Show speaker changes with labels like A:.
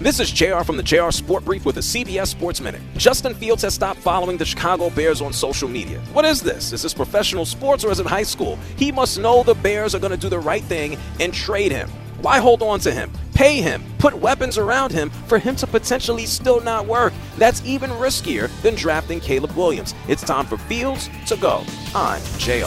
A: This is JR from the JR Sport Brief with a CBS Sports Minute. Justin Fields has stopped following the Chicago Bears on social media. What is this? Is this professional sports or is it high school? He must know the Bears are going to do the right thing and trade him. Why hold on to him? Pay him, put weapons around him for him to potentially still not work. That's even riskier than drafting Caleb Williams. It's time for Fields to go. I'm JR.